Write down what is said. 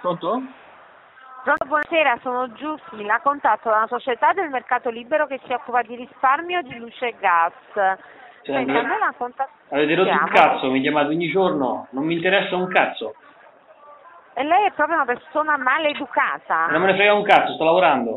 Pronto? Pronto, buonasera, sono Giussi, la contatto dalla società del mercato libero che si occupa di risparmio di luce e gas. Senta, avete- noi la contattiamo. Avete rotto il cazzo, mi chiamate ogni giorno, non mi interessa un cazzo. E lei è proprio una persona maleducata. Ah. Non me ne frega un cazzo, sto lavorando.